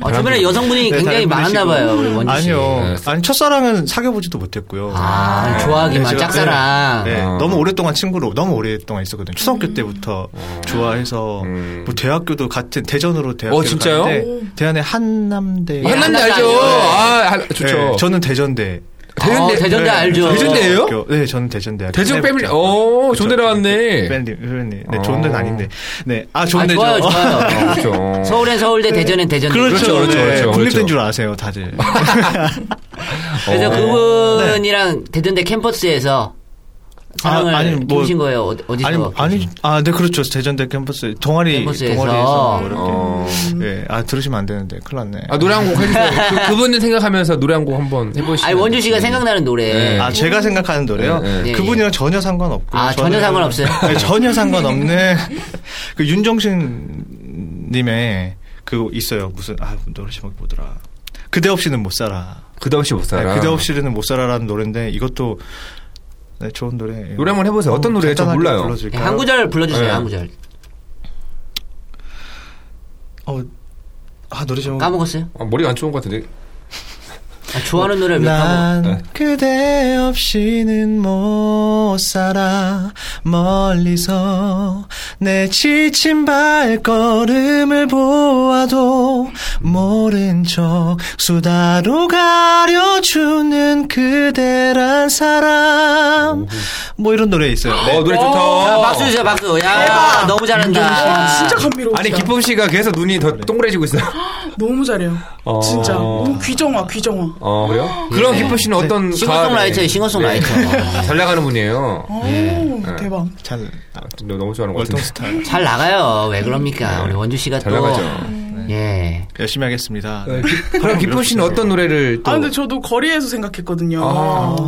어, 주변에
분.
여성분이
뭐. 네,
굉장히
다른 분이시고.
많았나봐요, 우리 원주 씨. 네.
아니요 아니 첫사랑은 사귀어보지도 못했고요
아,
네,
좋아하기만,
제가-
짝사랑.
네, 네,
아.
너무 오랫동안 친구로 너무 오랫동안 있었거든요 초등학교 때부터 좋아해서
음.
뭐 대학교도 같은 대전으로 대학교
어, 진짜요? 어,
갔는데 대안의 한남대
예,
아, 한남대
한남대
알죠.
아니에요.
아 알- 좋죠.
네, 저는 대전대
대전대
어, 대전대
네.
알죠.
대전대예요?
대학교. 네, 저는 대전대.
대전 패밀리. 오 좋은 데 나왔네.
패밀리, 패밀리. 네,
어.
좋은 데는 아닌데. 네, 아
아,
좋은 데죠.
좋아요, 좋아요.
그렇죠.
서울엔 서울대, 대전엔 대전대.
그렇죠,
그렇죠,
그렇죠.
그렇죠, 그렇죠.
국립된 줄 아세요, 다들.
그래서 그분이랑 대전대 캠퍼스에서 사랑을
어. 네. 아, 아니, 뭐-
보신 거예요. 어디- 어디서?
아니, 아니, 아, 네, 그렇죠. 대전대 캠퍼스 동아리
캠퍼스에서.
동아리에서 뭐 이렇게.
어.
예, 아 들으시면 안 되는데 큰일 났네.
아 노래 한 곡 해주세요. 그, 분을 생각하면서 노래 한 곡 한번 해보시죠.
아니, 원주 씨가 생각나는 노래.
네.
아, 제가 생각하는 노래요.
네,
네.
그분이랑 전혀 상관없고.
아, 전혀
저는-
상관없어요?
네, 전혀 상관없는 그 윤종신 님의 그 있어요. 무슨 아, 노래 제목이 뭐더라. 그대 없이는 못 살아.
그대 없이 못 살아.
네, 그대 없이는 못 살아라는 노래인데 이것도 네, 좋은 노래.
노래 한번 해보세요. 어떤 노래예요? 저
간단하게
몰라요.
네,
불러줄까요?
한 구절 불러주세요,
네.
한 구절.
어, 아 노래 제목.
까먹었어요?
아, 머리가 안 좋은 것 같은데.
아, 좋아하는 노래를 몇 까먹었어요?
난
네.
그대 없이는 못 살아 멀리서 내 지친 발걸음을 보아도 모른 척 수다로 가려주는 그대란 사람 뭐 이런 노래 있어요.
어 노래 좋다.
야, 박수 주세요, 박수. 야, 너무
아. 와,
잘한다.
진짜 감미로워.
아니 기쁨 씨가 계속 눈이 더 동그래지고 있어요.
너무 잘해요.
어.
진짜. 너무 귀정화, 귀정화.
어 그래요? 네. 그럼 기쁨 씨는 어떤
싱어송라이터예요,
가을에-
싱어송라이터.
네. 잘 나가는 분이에요.
오, 대박.
잘
아, 너- 너무 좋아하는 것 같은데.
월동스타
잘 나가요. 왜 그럽니까? 우리 원주 씨가
네. 잘
또.
나가죠.
예.
열심히 하겠습니다.
네. 그럼 기쁨 씨는 어떤 노래를 또?
아, 근데 저도 거리에서 생각했거든요.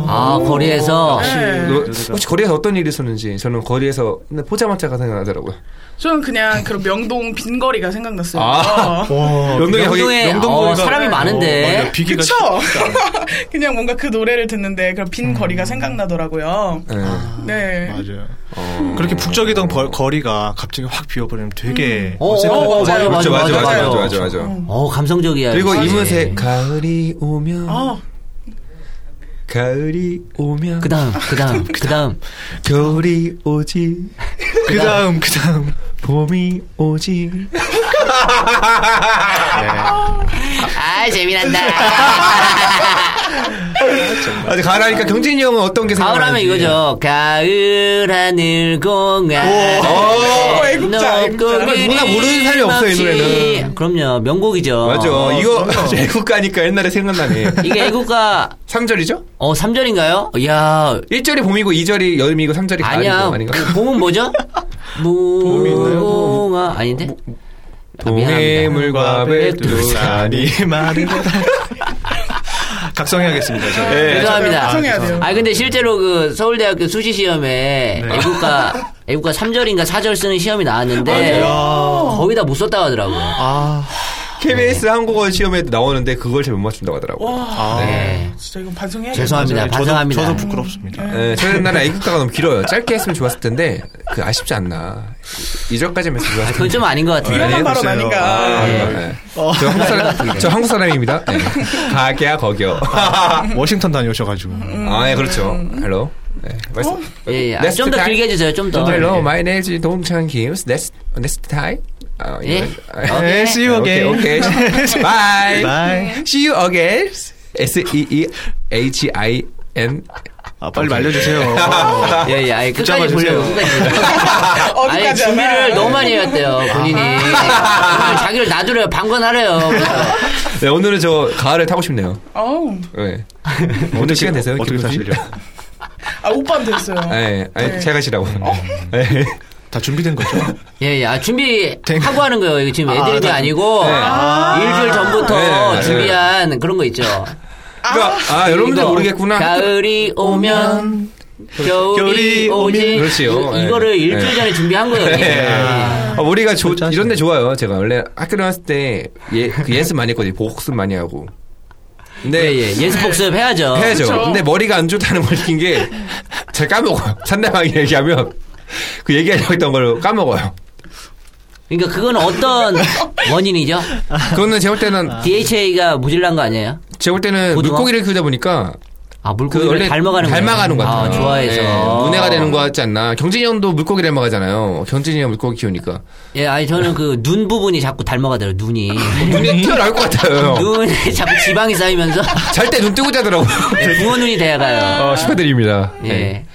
아, 거리에서.
네.
노- 혹시 거리에서 어떤 일이 있었는지 저는 거리에서 맨날 포장마차가 생각나더라고요.
저는 그냥 그런 명동 빈거리가 생각났어요.
아.
와, 그-
명동에 거기
명동에 어,
명동거리가
사람이 많은데.
맞아, 어, 비교가
그쵸? 그냥 뭔가 그 노래를 듣는데 그런 빈 거리가 생각나더라고요.
네.
네.
맞아요.
어.
그렇게 북적이던 벌- 거리가 갑자기 확 비워버리면 되게
어,
어색할
어,
것
어, 맞아요,
같아요.
그렇죠,
맞아요,
맞아, 맞아,
맞아요.
맞아, 맞아, 맞아.
어, 감성적이야.
그리고
역시.
이문세 가을이 오면
어.
아,
가을이 오면
그 다음, 그 다음, 그 다음.
겨울이 오지
그 다음, 그 다음.
봄이 오지
아, 재미난다.
아직 가을하니까 경진이 형은 어떤 게
가을 하면
생각나는지.
이거죠. 가을 하늘 공항.
어,
오,
높고
애국자, 애국자.
그리
누나 모르는 사람이 없어요, 이 노래는.
그럼요, 명곡이죠. 어.
맞아 이거
그럼요.
애국가니까 옛날에 생각나네
이게 애국가,
3절이죠?
어, 3절인가요? 이야,
1절이 봄이고 2절이 여름이고 3절이 가을이고
아니야.
아닌가?
봄은 뭐죠?
있나요?
무궁화 아닌데?
동해물과 아, 백두산이
마른 거다. 각성해야겠습니다. 저.
네,
죄송합니다.
죄송해야 돼요.
아 근데 실제로 그 서울대학교 수시 시험에
네.
애국가 애국가 3절인가 4절 쓰는 시험이
아,
네.
나왔는데 거의 다 못 썼다고 하더라고요.
아,
KBS 한국어 시험에도 나오는데 그걸 잘 못 맞춘다고 하더라고요.
아.
네.
진짜 이건 반성해야
죄송합니다.
저도-
반성합니다.
저도 부끄럽습니다.
네, 저희 옛날에 애국가가 너무 길어요. 짧게 했으면 좋았을 텐데 그 아쉽지 않나. 2절까지만 했으면 좋았을
그건
텐데.
좀 아닌 것 같아요.
이러면
네,
바로
글쎄요.
나니까.
아, 네.
어.
저 한국 사람, 저 한국 사람입니다. 네. 가게야 거기요.
아, 워싱턴 다녀오셔가지고.
아, 예, 그렇죠. 헬로. 네, 말씀.
예, 예.
Next
좀 더
time.
길게 해주세요. 좀 더. 예.
Hello, my name is 동창 김스. Next, next time. 아,
예.
이거- 아,
오케이.
네, see you
오케이,
again.
오케이. Bye.
Bye.
See you again. S E E H I N.
아, 빨리 말려주세요. 어.
예, 예, 아예 끝까지
붙잡아주세요.
보려고. 끝까지.
어디까지
아니, 준비를
하나?
너무 많이 해왔대요, 본인이. 오늘 자기를 놔두래요, 방관하래요. 그래서
네, 오늘은 저 가을에 타고 싶네요.
어우,
네. 오늘 시간 되세요?
어떻게
김구씨?
사시려?
아, 오빠는 됐어요.
네, 아니,
네.
제가 시라고.
어.
네.
다 준비된 거죠?
예, 예, 아, 준비하고 하는 거예요. 이거 지금 애드립이 아, 니고 일주일 전부터
네, 네.
준비한 그런 거 있죠.
그러니까, 아, 여러분들
이거
모르겠구나.
가을이 오면, 겨울이
겨울이
오지.
오면. 그렇지요.
이- 이거를
네.
일주일 전에 준비한 거예요. 이게.
네. 아, 우리가 조-
진짜
이런 데 좋아요. 제가 원래 학교 나왔을 때 예, 그 예습 많이 했거든요. 복습 많이 하고.
예,
근데
예, 연습 복습 해야죠.
해야죠.
그쵸.
근데 머리가 안 좋다는 걸 느낀 게, 잘 까먹어요. 상대방이 얘기하면, 그 얘기하려고 했던 걸 까먹어요.
그러니까 그건 어떤 원인이죠?
그거는 제볼 때는,
DHA가 모질란 거 아니에요?
제볼 때는
아. 고등어?
물고기를 키우다 보니까,
아
그
물고기를
원래
닮아가는 거예요.
것
아,
같아요.
좋아해서 어.
예, 문해가 되는 것 같지 않나. 경진이 형도 물고기 닮아가잖아요. 경진이 형 물고기 키우니까.
예, 아니 저는 그 눈 부분이 자꾸 닮아가더라고 눈이.
눈이 튀어나올 것 같아요.
눈에 자꾸 지방이 쌓이면서
잘 때 눈 뜨고 자더라고요.
예, 부어 눈이 돼가요.
어, 축하드립니다.
예.
예.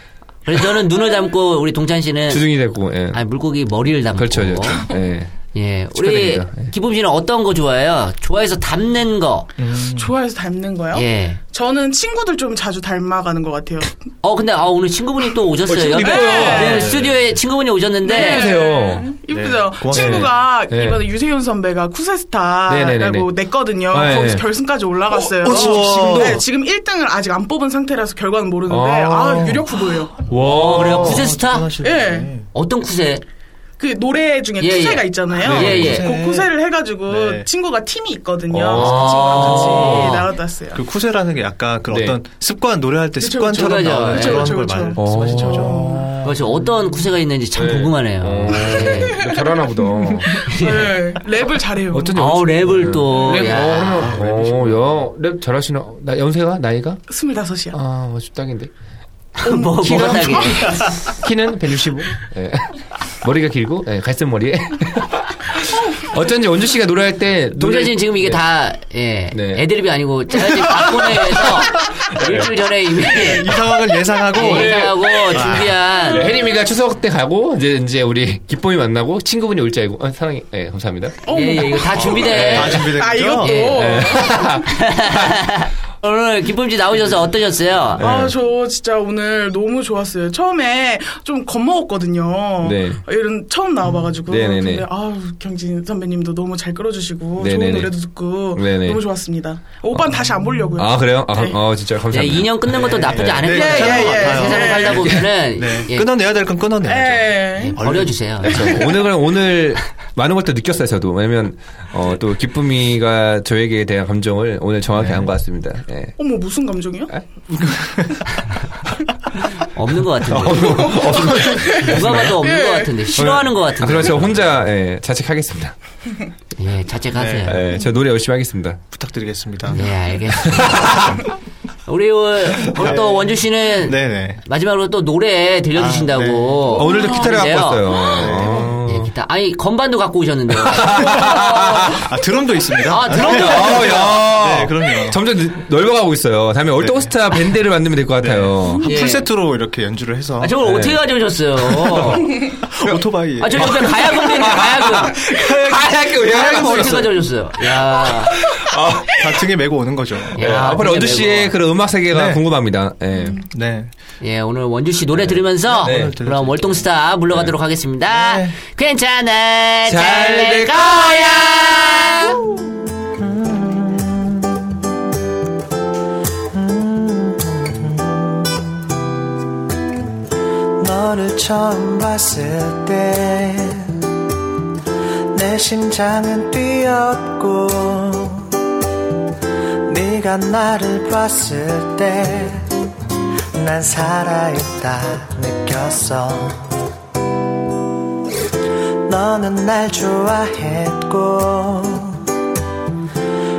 그래서 저는 눈을 닮고 우리 동찬 씨는
주둥이 되고, 예.
아니 물고기 머리를 닮고.
그렇죠. 그렇죠. 예.
예, 우리
축하드립니다. 예.
기쁨 씨는 어떤 거 좋아해요? 좋아해서 닮는 거.
음.
좋아해서 닮는 거요?
예.
저는 친구들 좀 자주 닮아가는 것 같아요.
어 근데 아 오늘 친구분이 또 오셨어요.
친구분이
옆에
이뻐요. 네,
네, 스튜디오에 친구분이 오셨는데
안녕하세요.
네. 이쁘죠?
고맙습니다.
친구가
네.
이번에 유세윤 선배가 쿠세스타라고
네네네네.
냈거든요.
네.
거기서 결승까지 올라갔어요.
어, 어, 지금 지금도?
네, 지금 1등을 아직 안 뽑은 상태라서 결과는 모르는데
아.
아 유력 후보예요.
와.
어, 그래요? 쿠세 스타?
예.
어떤 쿠세?
그 노래 중에
예,
쿠세가
예.
있잖아요.
예, 예.
그 쿠세를 해가지고
네.
친구가 팀이 있거든요.
아.
그래서 그 친구랑 같이 나갔다 왔어요.
그 쿠세라는 게 약간 그런
네.
어떤 습관 노래할 때
그쵸,
습관처럼
그쵸,
나오는
그쵸,
그런
그쵸,
걸
그쵸.
말.
어.
말씀하신 거죠.
그렇죠. 어떤 쿠세가 있는지 참
네.
궁금하네요. 어,
어, 잘하나 보다.
네, 랩을 잘해요.
예. 어쩐지. 네.
아우 랩을 또.
랩,
야.
어, 그러면, 어, 야, 랩 잘하시나? 나, 연세가? 나이가?
25이야.
아, 뭐, 적당인데. 어, 음,
뭐 뭐가 나게.
키는 165. 예. 머리가 길고, 예, 갈색 머리에. 어쩐지 원주 씨가 노래할 때.
동자
노래-
씨는 지금 이게
예.
다 예.
네.
애드립이 아니고 제가 지금 박보내에서 일주일 전에 이미
이
어,
상황을 예상하고
네.
예상하고
아.
준비한
예, 혜림이가 추석 때 가고 이제 이제 우리 기쁨이 만나고 친구분이 올 줄 알고 아, 사랑해 예 감사합니다.
예, 예, 이거 다
다
네,
준비돼.
준비된
어. 아,
거죠.
이것도.
예.
오늘 기쁨씨 나오셔서
네,
어떠셨어요?
아,
예.
저 진짜 오늘 너무 좋았어요. 처음에 좀 겁먹었거든요.
네.
이런 처음 나와봐가지고.
네네네.
근데 아우 경진 선배님도 너무 잘 끌어주시고 좋은
네네네.
노래도 듣고
네네.
너무 좋았습니다. 오빠는 다시 안 보려고요.
아 그래요? 아,
네.
아, 진짜
예,
감사합니다.
2년 끊는 것도 나쁘지 않은
네,
것 같아요.
예, 예, 예.
세상을
예.
살다 보면은
네.
예,
끊어내야 될 건
아,
끊어내야죠.
예.
네.
예, 버려주세요.
그렇죠. 오늘 그럼 오늘 많은 것도 느꼈어요 저도 왜냐면 어, 또 기쁨이가 저에게 대한 감정을 오늘 정확히 한 것 같습니다. 예.
어머 무슨 감정이요?
없는 것 같은데. 누가 봐도 없는 것 같은데. 싫어하는 것
아,
같은데.
네. 그럼 저 혼자 예, 자책하겠습니다.
예, 자책하세요.
예, 저 노래 열심히 하겠습니다.
부탁드리겠습니다.
예, 알겠습니다. 우리 오늘 오늘
네.
또 원주 씨는
네네.
마지막으로 또 노래 들려주신다고.
아, 네.
어, 오늘도 기타를 갖고
그러네요.
왔어요.
예, 기타. 아니 건반도 갖고 오셨는데요.
아 드럼도 있습니다.
아, 예. 드럼도
아, 야.
네, 그럼요.
점점 늦- 넓어가고 있어요. 다음에 얼더스타 밴드를 만들면 될 것 같아요.
한
예.
풀세트로 이렇게 연주를 해서
아, 저걸 어떻게
네.
가져오셨어요?
오토바이.
아, 저 옆에 가야금 있는 가야금.
하얗게 왜
가야금
하얗게
어떻게
쓰였어요? 아,
가져오셨어요? 야,
아, 다 등에 메고 오는 거죠.
야,
예,
진짜
앞으로 원주 씨의
매고.
그런 음악 세계가
네.
궁금합니다. 예.
네.
예, 오늘 원주 씨 노래 들으면서
네.
그럼 월동스타 물러가도록 하겠습니다. 그냥 괜찮아. 잘
잘
될
될
거야.
너를 처음 봤을 때 내 심장은 뛰었고 네가 나를 봤을 때 난 살아있다 느꼈어 너는 날 좋아했고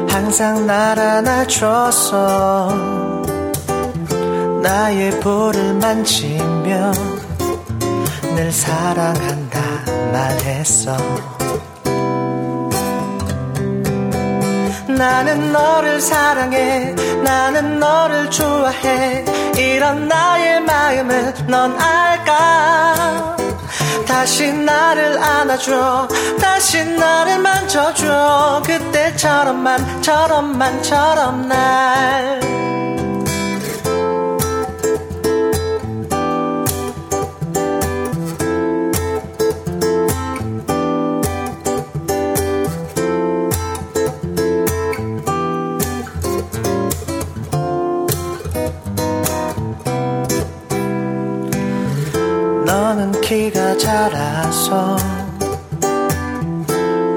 항상 날 안아줬어 나의 볼을 만지며 늘 사랑한다 말했어 나는 너를 사랑해 나는 너를 좋아해 이런 나의 마음을 넌 알까 다시 나를 안아줘 다시 나를 만져줘 그때처럼만 저럼만 저럼 날 너는 키가 자라서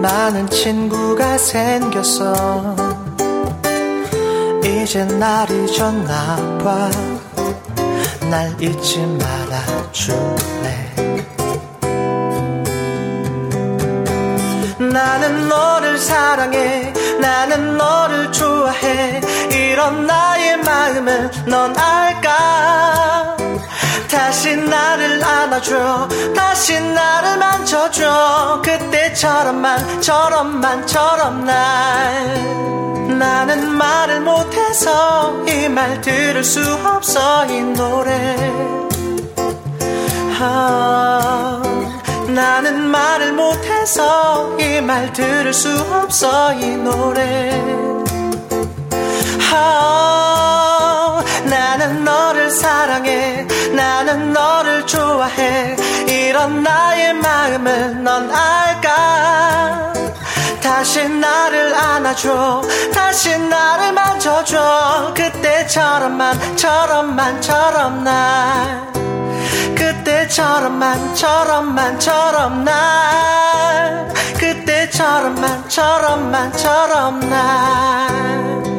많은 친구가 생겼어 이제 날이 좋나봐 날 잊지 말아줄래 나는 너를 사랑해 나는 너를 좋아해 이런 나의 마음을 넌 알까 다시 나를 안아줘 다시 나를 만져줘 그때처럼만 저럼만 저럼 날 나는 말을 못해서 이 말 들을 수 없어 이 노래 아, 나는 말을 못해서 이 말 들을 수 없어 이 노래 아, 나는 너를 사랑해 나는 너를 좋아해 이런 나의 마음을 넌 알까 다시 나를 안아줘 다시 나를 만져줘 그때처럼만 저럼만 저럼 날 그때처럼만 저럼만 저럼 날 그때처럼만 저럼만 저럼 날 음, 예. 아, 어, 예.